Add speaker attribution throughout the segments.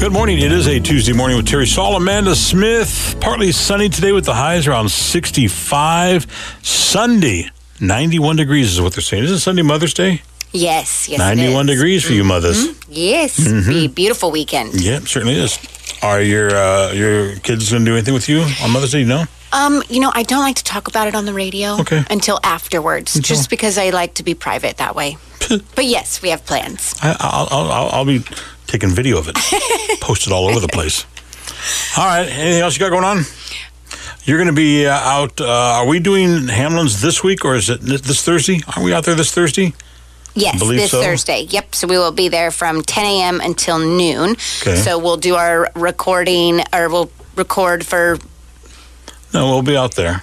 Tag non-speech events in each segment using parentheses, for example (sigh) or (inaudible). Speaker 1: Good morning. It is a Tuesday morning with Terry Saul, Amanda Smith. Partly sunny today with the highs around 65. Sunday, 91 degrees is what they're saying. Isn't Sunday Mother's Day?
Speaker 2: Yes, yes. it
Speaker 1: 91
Speaker 2: is. Mm-hmm.
Speaker 1: degrees Mm-hmm. for you mothers.
Speaker 2: Yes, be a beautiful weekend.
Speaker 1: Yeah, certainly is. Are your uh, your kids going to do anything with you on Mother's Day? No.
Speaker 2: Um, you know, I don't like to talk about it on the radio
Speaker 1: Okay.
Speaker 2: until afterwards, just because I like to be private
Speaker 1: (laughs)
Speaker 2: that way. but yes, we have plans.
Speaker 1: I, I'll, I'll, I'll- I'll be taking video
Speaker 2: (laughs)
Speaker 1: of it, post it all over the place. All right. Anything else you got going on? You're going to be uh, out. Uh, are we doing Hamlin's this week, or is it th- this Thursday? Are we out there this Thursday?
Speaker 2: Yes,
Speaker 1: Believe
Speaker 2: this
Speaker 1: so.
Speaker 2: Thursday. Yep. So we will be there from 10 a.m. until noon.
Speaker 1: Okay.
Speaker 2: So we'll do our recording, or we'll record for
Speaker 1: No, we'll be out there,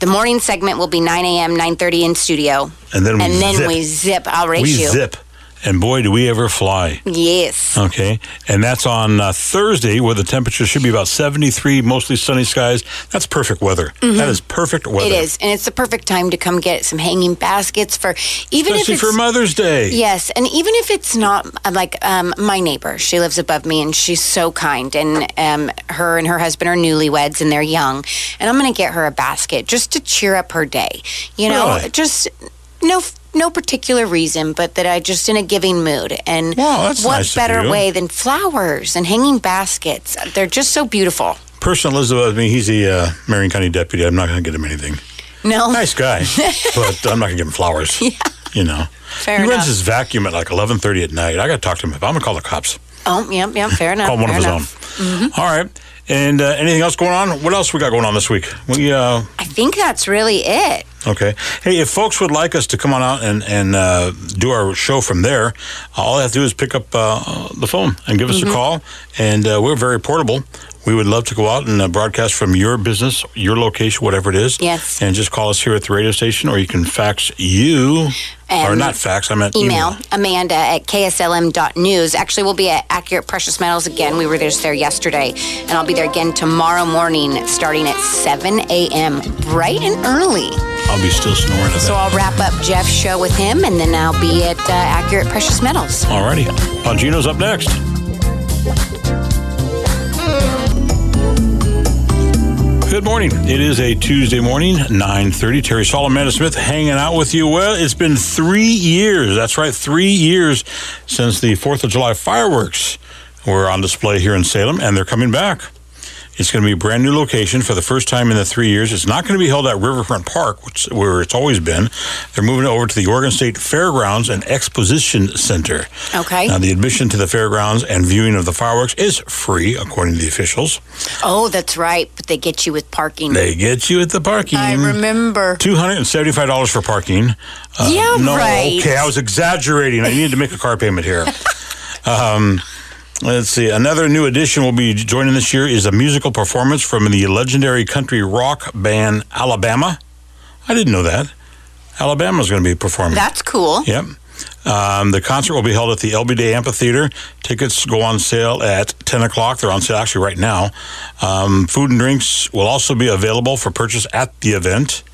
Speaker 2: the morning segment. Will be 9 a.m., 9:30 in studio,
Speaker 1: and then we
Speaker 2: and then
Speaker 1: zip.
Speaker 2: we zip. I'll
Speaker 1: We
Speaker 2: race you.
Speaker 1: zip, and boy, do we ever fly.
Speaker 2: Yes.
Speaker 1: Okay, and that's on uh, Thursday, where the temperature should be about 73, mostly sunny skies. That's perfect weather. That is perfect weather.
Speaker 2: Mm-hmm. It is, and it's the perfect time to come get some hanging baskets for even if
Speaker 1: especially
Speaker 2: it's
Speaker 1: for Mother's Day.
Speaker 2: Yes, and even if it's not uh, like um, my neighbor, she lives above me, and she's so kind. And um, her and her husband are newlyweds, and they're young. And I'm going to get her a basket just to cheer up her day. You know,
Speaker 1: Really?
Speaker 2: just no no particular reason, but that I just in a giving mood. And
Speaker 1: Wow, that's
Speaker 2: what
Speaker 1: nice of
Speaker 2: better
Speaker 1: you.
Speaker 2: way than flowers and hanging baskets? They're just so beautiful.
Speaker 1: Person that lives above me, he's the uh, Marion County deputy. I'm not going to get him
Speaker 2: (laughs)
Speaker 1: anything.
Speaker 2: No,
Speaker 1: Nice guy, but I'm not going to give him
Speaker 2: (laughs)
Speaker 1: flowers. Yeah. You know,
Speaker 2: Fair
Speaker 1: he runs
Speaker 2: enough.
Speaker 1: his vacuum at like 11:30 at night. I got to talk to him. I'm going to call the cops.
Speaker 2: oh, yep, yep, fair enough.
Speaker 1: Call one of
Speaker 2: fair
Speaker 1: his
Speaker 2: enough. Mm-hmm.
Speaker 1: own. All right. And uh, anything else going on? What else we got going on this week? We uh,
Speaker 2: I think that's really it.
Speaker 1: Okay. Hey, if folks would like us to come on out and and uh, do our show from there, all they have to do is pick up uh, the phone and give us
Speaker 2: Mm-hmm.
Speaker 1: a call. And uh, we're very portable. We would love to go out and uh, broadcast from your business, your location, whatever it is.
Speaker 2: Yes.
Speaker 1: And just call us here at the radio station, or you can fax you, or
Speaker 2: And
Speaker 1: not fax. I meant
Speaker 2: email, amanda at kslm.news. Actually, we'll be at Accurate Precious Metals again. We were just there yesterday, and I'll be there again tomorrow morning starting at 7 a.m., bright and early.
Speaker 1: I'll be still snoring at
Speaker 2: So
Speaker 1: that.
Speaker 2: I'll wrap up Jeff's show with him, and then I'll be at uh, Accurate Precious Metals.
Speaker 1: Alrighty. Pongino's up next. Good morning. It is a Tuesday morning, 9.30. Terry Saul, Amanda Smith hanging out with you. Well, it's been three years. That's right, three years since the 4th of July fireworks were on display here in Salem, and they're coming back. It's going to be a brand new location for the first time in the three years. It's not going to be held at Riverfront Park, which where it's always been. They're moving it over to the Oregon State Fairgrounds and Exposition Center.
Speaker 2: Okay.
Speaker 1: Now, the admission to the fairgrounds and viewing of the fireworks is free, according to the officials.
Speaker 2: Oh, that's right, but they get you with parking.
Speaker 1: They get you at the parking.
Speaker 2: I remember.
Speaker 1: Two hundred and seventy-five dollars for parking. Uh,
Speaker 2: Yeah,
Speaker 1: no,
Speaker 2: right.
Speaker 1: Okay, I was exaggerating. I needed to make a car payment
Speaker 2: (laughs)
Speaker 1: here. um, let's see. Another new addition we'll be joining this year is a musical performance from the legendary country rock band Alabama. I didn't know that. Alabama's going to be performing.
Speaker 2: That's cool.
Speaker 1: Yep. Um, the concert will be held at the LBJ Amphitheater. Tickets go on sale at 10 o'clock. They're on sale actually right now. Um, food and drinks will also be available for purchase at the event.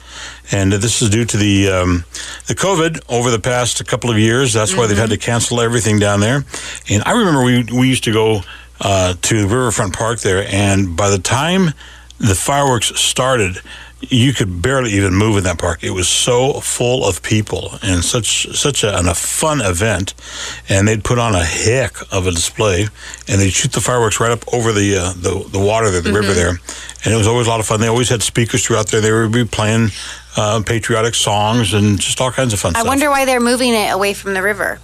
Speaker 1: And this is due to the um, the COVID over the past couple of years. That's why they've had to cancel everything down there. And I remember we, we used to go uh, to Riverfront Park there, and by the time the fireworks started, you could barely even move in that park. It was so full of people and such such a, an, a fun event. And they'd put on a heck of a display, and they'd shoot the fireworks right up over the uh, the, the water there, the
Speaker 2: Mm-hmm.
Speaker 1: river there. And it was always a lot of fun. They always had speakers throughout there. They would be playing uh, patriotic songs and just all kinds of fun
Speaker 2: I
Speaker 1: stuff.
Speaker 2: wonder why they're moving it away from the river.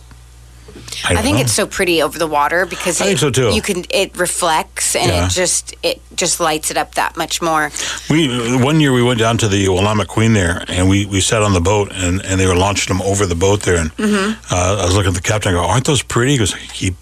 Speaker 1: don't
Speaker 2: I think
Speaker 1: know.
Speaker 2: it's so pretty over the water because
Speaker 1: I
Speaker 2: it,
Speaker 1: think so, too.
Speaker 2: You can it reflects and
Speaker 1: Yeah.
Speaker 2: it just it just lights it up that much more.
Speaker 1: We one year we went down to the Willamette Queen there, and we, we sat on the boat, and, and they were launching them over the boat there. And
Speaker 2: Mm-hmm.
Speaker 1: uh, I was looking at the captain. I go, "Aren't those pretty?" He goes, "I "Keep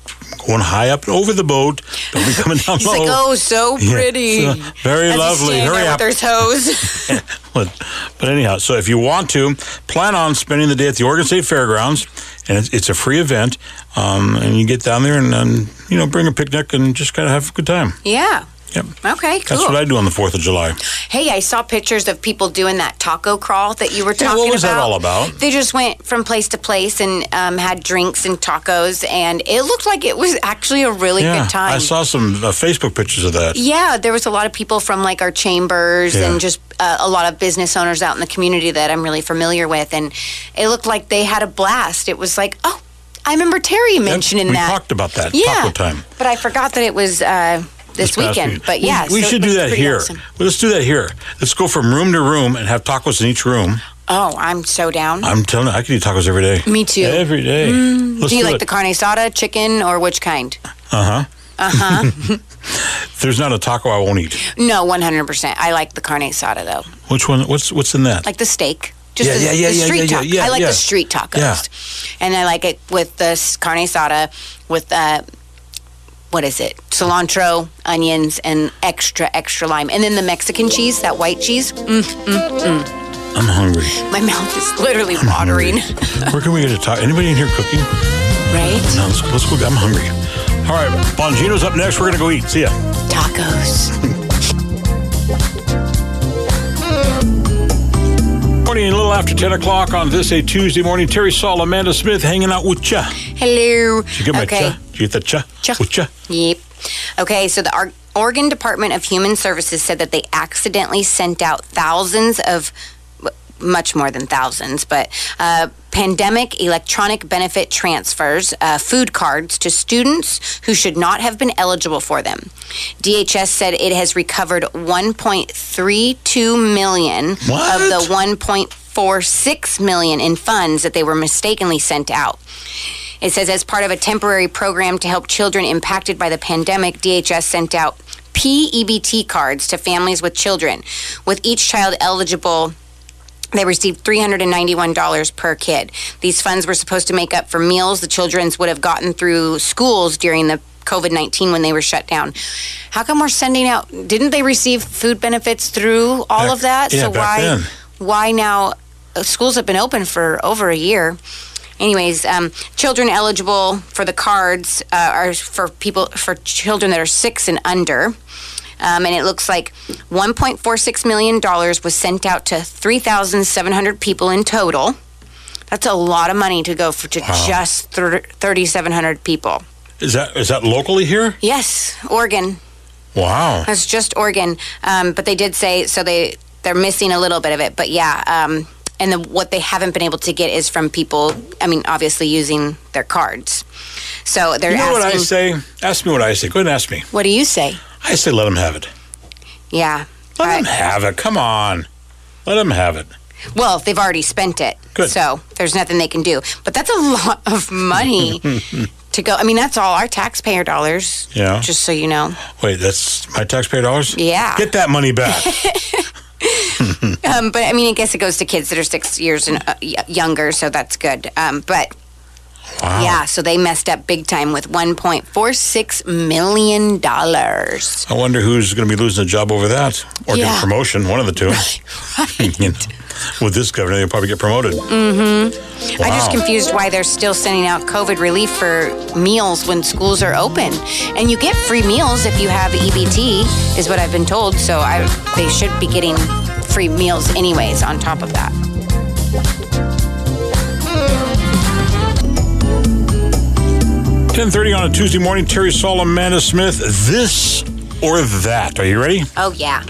Speaker 1: going high up and over the boat. Don't be
Speaker 2: (laughs)
Speaker 1: coming down
Speaker 2: He's
Speaker 1: low."
Speaker 2: like, oh, so
Speaker 1: Yeah,
Speaker 2: pretty.
Speaker 1: so (laughs) very
Speaker 2: As he's
Speaker 1: lovely.
Speaker 2: standing
Speaker 1: Hurry
Speaker 2: there
Speaker 1: up.
Speaker 2: With his
Speaker 1: (laughs)
Speaker 2: hose.
Speaker 1: But, but anyhow, so if you want to, plan on spending the day at the Oregon State Fairgrounds, and it's, it's a free event. Um, and you get down there and, and you know bring a picnic and just kind of have a good time.
Speaker 2: yeah.
Speaker 1: Yep.
Speaker 2: Okay, cool.
Speaker 1: That's what I do on the 4th of July.
Speaker 2: Hey, I saw pictures of people doing that taco crawl that you were
Speaker 1: Yeah,
Speaker 2: talking
Speaker 1: what
Speaker 2: about.
Speaker 1: was that all about?
Speaker 2: They just went from place to place and um, had drinks and tacos, and it looked like it was actually a really
Speaker 1: yeah.
Speaker 2: good time.
Speaker 1: I saw some uh, Facebook pictures of that.
Speaker 2: yeah, there was a lot of people from like our chambers
Speaker 1: Yeah.
Speaker 2: and just uh, a lot of business owners out in the community that I'm really familiar with, and it looked like they had a blast. It was like, oh, I remember Terry mentioning
Speaker 1: we
Speaker 2: that.
Speaker 1: talked about that
Speaker 2: yeah,
Speaker 1: taco time.
Speaker 2: but I forgot that it was uh, this,
Speaker 1: past
Speaker 2: weekend.
Speaker 1: week.
Speaker 2: But
Speaker 1: We-
Speaker 2: yeah,
Speaker 1: we,
Speaker 2: so
Speaker 1: should
Speaker 2: it
Speaker 1: do
Speaker 2: was
Speaker 1: that
Speaker 2: pretty
Speaker 1: here.
Speaker 2: awesome.
Speaker 1: Well, Let's do that here. Let's go from room to room and have tacos in each room.
Speaker 2: Oh, I'm so down.
Speaker 1: I'm telling you, I could eat tacos every day.
Speaker 2: Me too.
Speaker 1: Every day. Let's
Speaker 2: Mm, do
Speaker 1: do
Speaker 2: you like
Speaker 1: it. Uh-huh.
Speaker 2: the carne asada, chicken, or which kind? Uh-huh.
Speaker 1: (laughs) There's not a taco I won't eat.
Speaker 2: No, 100%. I like the carne asada, though.
Speaker 1: Which one? What's what's in that?
Speaker 2: Like the steak. Just
Speaker 1: Yeah,
Speaker 2: the,
Speaker 1: yeah, yeah,
Speaker 2: the
Speaker 1: yeah,
Speaker 2: street
Speaker 1: yeah,
Speaker 2: taco.
Speaker 1: yeah,
Speaker 2: I like
Speaker 1: yeah.
Speaker 2: the street tacos.
Speaker 1: Yeah.
Speaker 2: And I like it with the s- carne asada, with, uh, what is it? Cilantro, onions, and extra, extra lime. And then the Mexican cheese, that white cheese. Mm,
Speaker 1: I'm hungry.
Speaker 2: my (laughs) mouth
Speaker 1: (laughs)
Speaker 2: is literally watering.
Speaker 1: Hungry. Where can we get a taco? Anybody in here cooking?
Speaker 2: right?
Speaker 1: No, let's, let's go. I'm hungry. All right, Bongino's up next. We're gonna go eat. See ya.
Speaker 2: Tacos.
Speaker 1: Morning, a little after 10 o'clock on this a Tuesday morning. Terry Saul, Amanda Smith, hanging out with ya.
Speaker 2: Hello.
Speaker 1: Did you get my
Speaker 2: okay.
Speaker 1: cha? Did you get that cha?
Speaker 2: Cha.
Speaker 1: With ya?
Speaker 2: Yep. Okay, so the Ar- Oregon Department of Human Services said that they accidentally sent out thousands of, w- much more than thousands, but uh, pandemic electronic benefit transfers, uh, food cards to students who should not have been eligible for them. DHS said it has recovered 1.32 million
Speaker 1: What?
Speaker 2: of the 1.46 million in funds that they were mistakenly sent out. It says as part of a temporary program to help children impacted by the pandemic, DHS sent out PEBT cards to families with children, with each child eligible they received $391 per kid. These funds were supposed to make up for meals the children's would have gotten through schools during the COVID 19 when they were shut down. How come we're sending out, didn't they receive food benefits through all
Speaker 1: Back-
Speaker 2: of that?
Speaker 1: yeah,
Speaker 2: so
Speaker 1: back
Speaker 2: why,
Speaker 1: then.
Speaker 2: why now? uh, Schools have been open for over a year. Anyways, um, children eligible for the cards uh, are for people, for children that are six and under. Um, and it looks like $1.46 million was sent out to 3,700 people in total. That's a lot of money to go for to just thir- 3,700 people.
Speaker 1: Is that is that locally here?
Speaker 2: Yes, Oregon.
Speaker 1: Wow.
Speaker 2: That's just Oregon. Um, but they did say so they they're missing a little bit of it. But yeah, um, and the, what they haven't been able to get is from people. I mean, obviously using their cards. So they're
Speaker 1: You know what I
Speaker 2: asking.
Speaker 1: say? Ask me what I say. Go ahead and ask me.
Speaker 2: what do you say?
Speaker 1: I say let them have it.
Speaker 2: Yeah.
Speaker 1: Let
Speaker 2: I-
Speaker 1: them have it. Come on. Let them have it.
Speaker 2: Well, they've already spent it.
Speaker 1: Good.
Speaker 2: So there's nothing they can do. But that's a (laughs) lot
Speaker 1: (laughs)
Speaker 2: of money to go. I mean, that's all our taxpayer dollars.
Speaker 1: Yeah.
Speaker 2: Just so you know.
Speaker 1: Wait, that's my taxpayer dollars?
Speaker 2: Yeah.
Speaker 1: Get that money
Speaker 2: (laughs)
Speaker 1: back.
Speaker 2: Um, but I mean, I guess it goes to kids that are six years and uh, y- younger, so that's good. Um, but
Speaker 1: Wow.
Speaker 2: yeah, so they messed up big time with 1.46 million dollars.
Speaker 1: I wonder who's going to be losing a job over that or get
Speaker 2: Yeah.
Speaker 1: a promotion, one of the two. (laughs) You know, with this governor, they'll probably get promoted.
Speaker 2: Mm.
Speaker 1: Mm-hmm. Wow.
Speaker 2: I'm just confused why they're still sending out COVID relief for meals when schools are open, and you get free meals if you have EBT, is what I've been told. So I, they should be getting free meals anyways. On top of that,
Speaker 1: Ten thirty on a Tuesday morning. Terry Saul, Amanda Smith. This or that. Are you ready?
Speaker 2: oh yeah,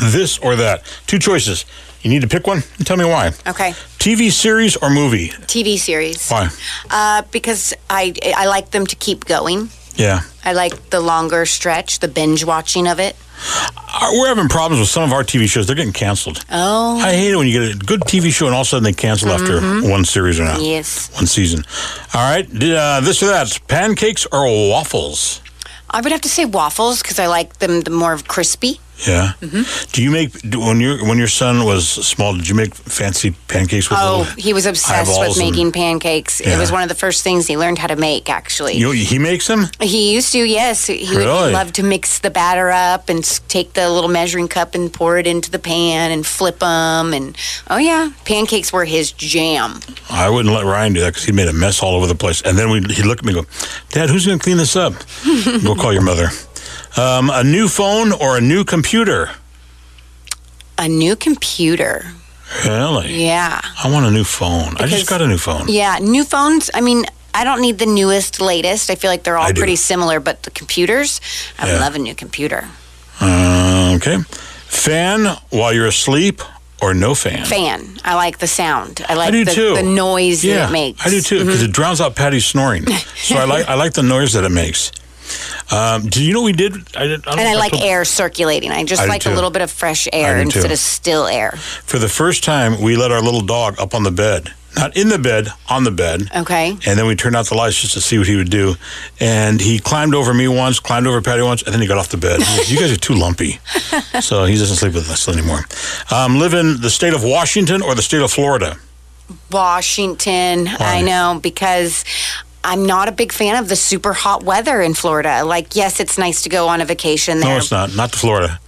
Speaker 1: This or that. Two choices. You need to pick one and tell me why.
Speaker 2: okay.
Speaker 1: TV series or movie?
Speaker 2: TV series,
Speaker 1: Why?
Speaker 2: uh, because I I like them to keep going.
Speaker 1: Yeah.
Speaker 2: I like the longer stretch, the binge watching of it.
Speaker 1: Uh, We're having problems with some of our TV shows. They're getting canceled.
Speaker 2: Oh,
Speaker 1: I hate it when you get a good TV show and all of a sudden they cancel
Speaker 2: Mm-hmm.
Speaker 1: after one series or not.
Speaker 2: yes.
Speaker 1: One season. All right. d- Uh, this or that. Pancakes or waffles?
Speaker 2: I would have to say waffles because I like them the more of crispy.
Speaker 1: Yeah.
Speaker 2: Mm-hmm.
Speaker 1: Do you make do, when your when your son was small? Did you make fancy pancakes with?
Speaker 2: Oh,
Speaker 1: little-
Speaker 2: he was obsessed
Speaker 1: eyeballs
Speaker 2: with
Speaker 1: and-
Speaker 2: making pancakes. It
Speaker 1: Yeah.
Speaker 2: was one of the first things he learned how to make, actually.
Speaker 1: You, he makes them.
Speaker 2: he used to, yes. He would
Speaker 1: Really?
Speaker 2: love to mix the batter up and s- take the little measuring cup and pour it into the pan and flip them. And oh, yeah, pancakes were his jam.
Speaker 1: I wouldn't let Ryan do that because he made a mess
Speaker 2: (laughs)
Speaker 1: all over the place. And then we, he'd look at me and go, Dad, who's going to clean this up? go call your mother. Um, a new phone or a new computer?
Speaker 2: A new computer.
Speaker 1: Really?
Speaker 2: Yeah.
Speaker 1: I want a new phone. I
Speaker 2: Because-
Speaker 1: just got a new phone.
Speaker 2: Yeah. New phones, I mean, I don't need the newest, latest. I feel like they're all
Speaker 1: I do.
Speaker 2: pretty similar, but the computers, I
Speaker 1: Yeah.
Speaker 2: love a new computer.
Speaker 1: Uh, okay. Fan while you're asleep or no fan?
Speaker 2: Fan. I like the sound. I like
Speaker 1: do
Speaker 2: the,
Speaker 1: too.
Speaker 2: the noise
Speaker 1: yeah,
Speaker 2: that it makes. Mm-hmm.
Speaker 1: I do too because it drowns out Patty's snoring. so I like I like the noise that it makes. Um, do you know what we did? I did. I don't
Speaker 2: And
Speaker 1: know
Speaker 2: I
Speaker 1: if
Speaker 2: like
Speaker 1: told-
Speaker 2: air circulating. I just
Speaker 1: I do
Speaker 2: like a
Speaker 1: too.
Speaker 2: little bit of fresh
Speaker 1: I
Speaker 2: air
Speaker 1: do
Speaker 2: instead
Speaker 1: too.
Speaker 2: of still air.
Speaker 1: For the first time, we let our little dog up on the bed, not in the bed, on the bed.
Speaker 2: Okay.
Speaker 1: And then we turned out the lights just to see what he would do. And he climbed over me once, climbed over Patty once, and then he got off the
Speaker 2: (laughs)
Speaker 1: bed. He goes, you guys are too lumpy. So he doesn't sleep with us anymore. Um, live in the state of Washington or the state of Florida?
Speaker 2: Washington.
Speaker 1: Why?
Speaker 2: I know because I'm not a big fan of the super hot weather in Florida. Like, yes, it's nice to go on a vacation
Speaker 1: No,
Speaker 2: there,
Speaker 1: it's not. Not to Florida.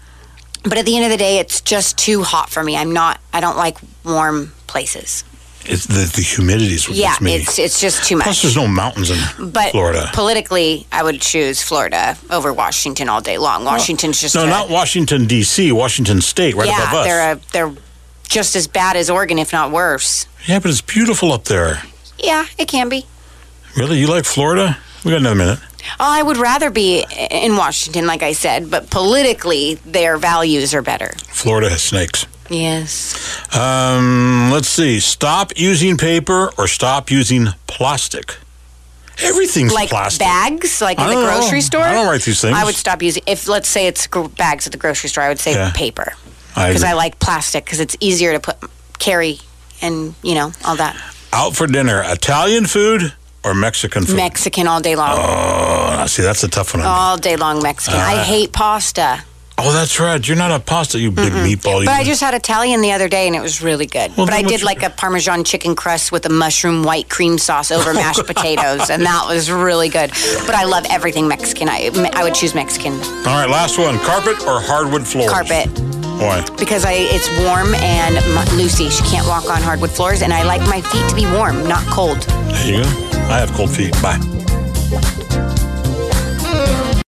Speaker 2: but at the end of the day, it's just too hot for me. I'm not. I don't like warm places.
Speaker 1: It's the, the humidity is what
Speaker 2: Yeah,
Speaker 1: gets me.
Speaker 2: it's it's just too much.
Speaker 1: Plus, there's no mountains in
Speaker 2: but
Speaker 1: Florida.
Speaker 2: politically, I would choose Florida over Washington all day long. Washington's just
Speaker 1: No,
Speaker 2: a,
Speaker 1: not Washington, D.C., Washington State, right
Speaker 2: yeah,
Speaker 1: above us.
Speaker 2: they're a, they're just as bad as Oregon, if not worse.
Speaker 1: yeah, but it's beautiful up there.
Speaker 2: Yeah, it can be.
Speaker 1: Really? You like Florida? We got another minute.
Speaker 2: Oh, I would rather be in Washington, like I said, but politically, their values are better.
Speaker 1: Florida has snakes.
Speaker 2: Yes.
Speaker 1: Um, let's see. Stop using paper or stop using plastic. Everything's
Speaker 2: Like
Speaker 1: plastic.
Speaker 2: bags, like
Speaker 1: I
Speaker 2: in the
Speaker 1: don't know.
Speaker 2: grocery store.
Speaker 1: I don't write these things.
Speaker 2: I would stop using, if let's say it's gr- bags at the grocery store, I would say
Speaker 1: Yeah.
Speaker 2: paper
Speaker 1: I
Speaker 2: because
Speaker 1: agree.
Speaker 2: I like plastic because it's easier to put, carry, and, you know, all that.
Speaker 1: Out for dinner, Italian food or Mexican food?
Speaker 2: Mexican all day long.
Speaker 1: oh, Uh, see, that's a tough one. on me.
Speaker 2: All day long Mexican. I hate pasta,
Speaker 1: Oh, that's right. You're not a pasta, you big meatball.
Speaker 2: but I
Speaker 1: eater.
Speaker 2: just had Italian the other day and it was really good.
Speaker 1: Well,
Speaker 2: but I
Speaker 1: then
Speaker 2: did
Speaker 1: what's-
Speaker 2: like a Parmesan chicken crust with a mushroom white cream
Speaker 1: (laughs)
Speaker 2: sauce over mashed potatoes, and that was really good. But I love everything Mexican. I I would choose Mexican
Speaker 1: All right, last one. Carpet or hardwood floors?
Speaker 2: carpet
Speaker 1: Why?
Speaker 2: because I it's warm and m- Lucy she can't walk on hardwood floors, and I like my feet to be warm, not cold.
Speaker 1: There you go. I have cold feet. Bye.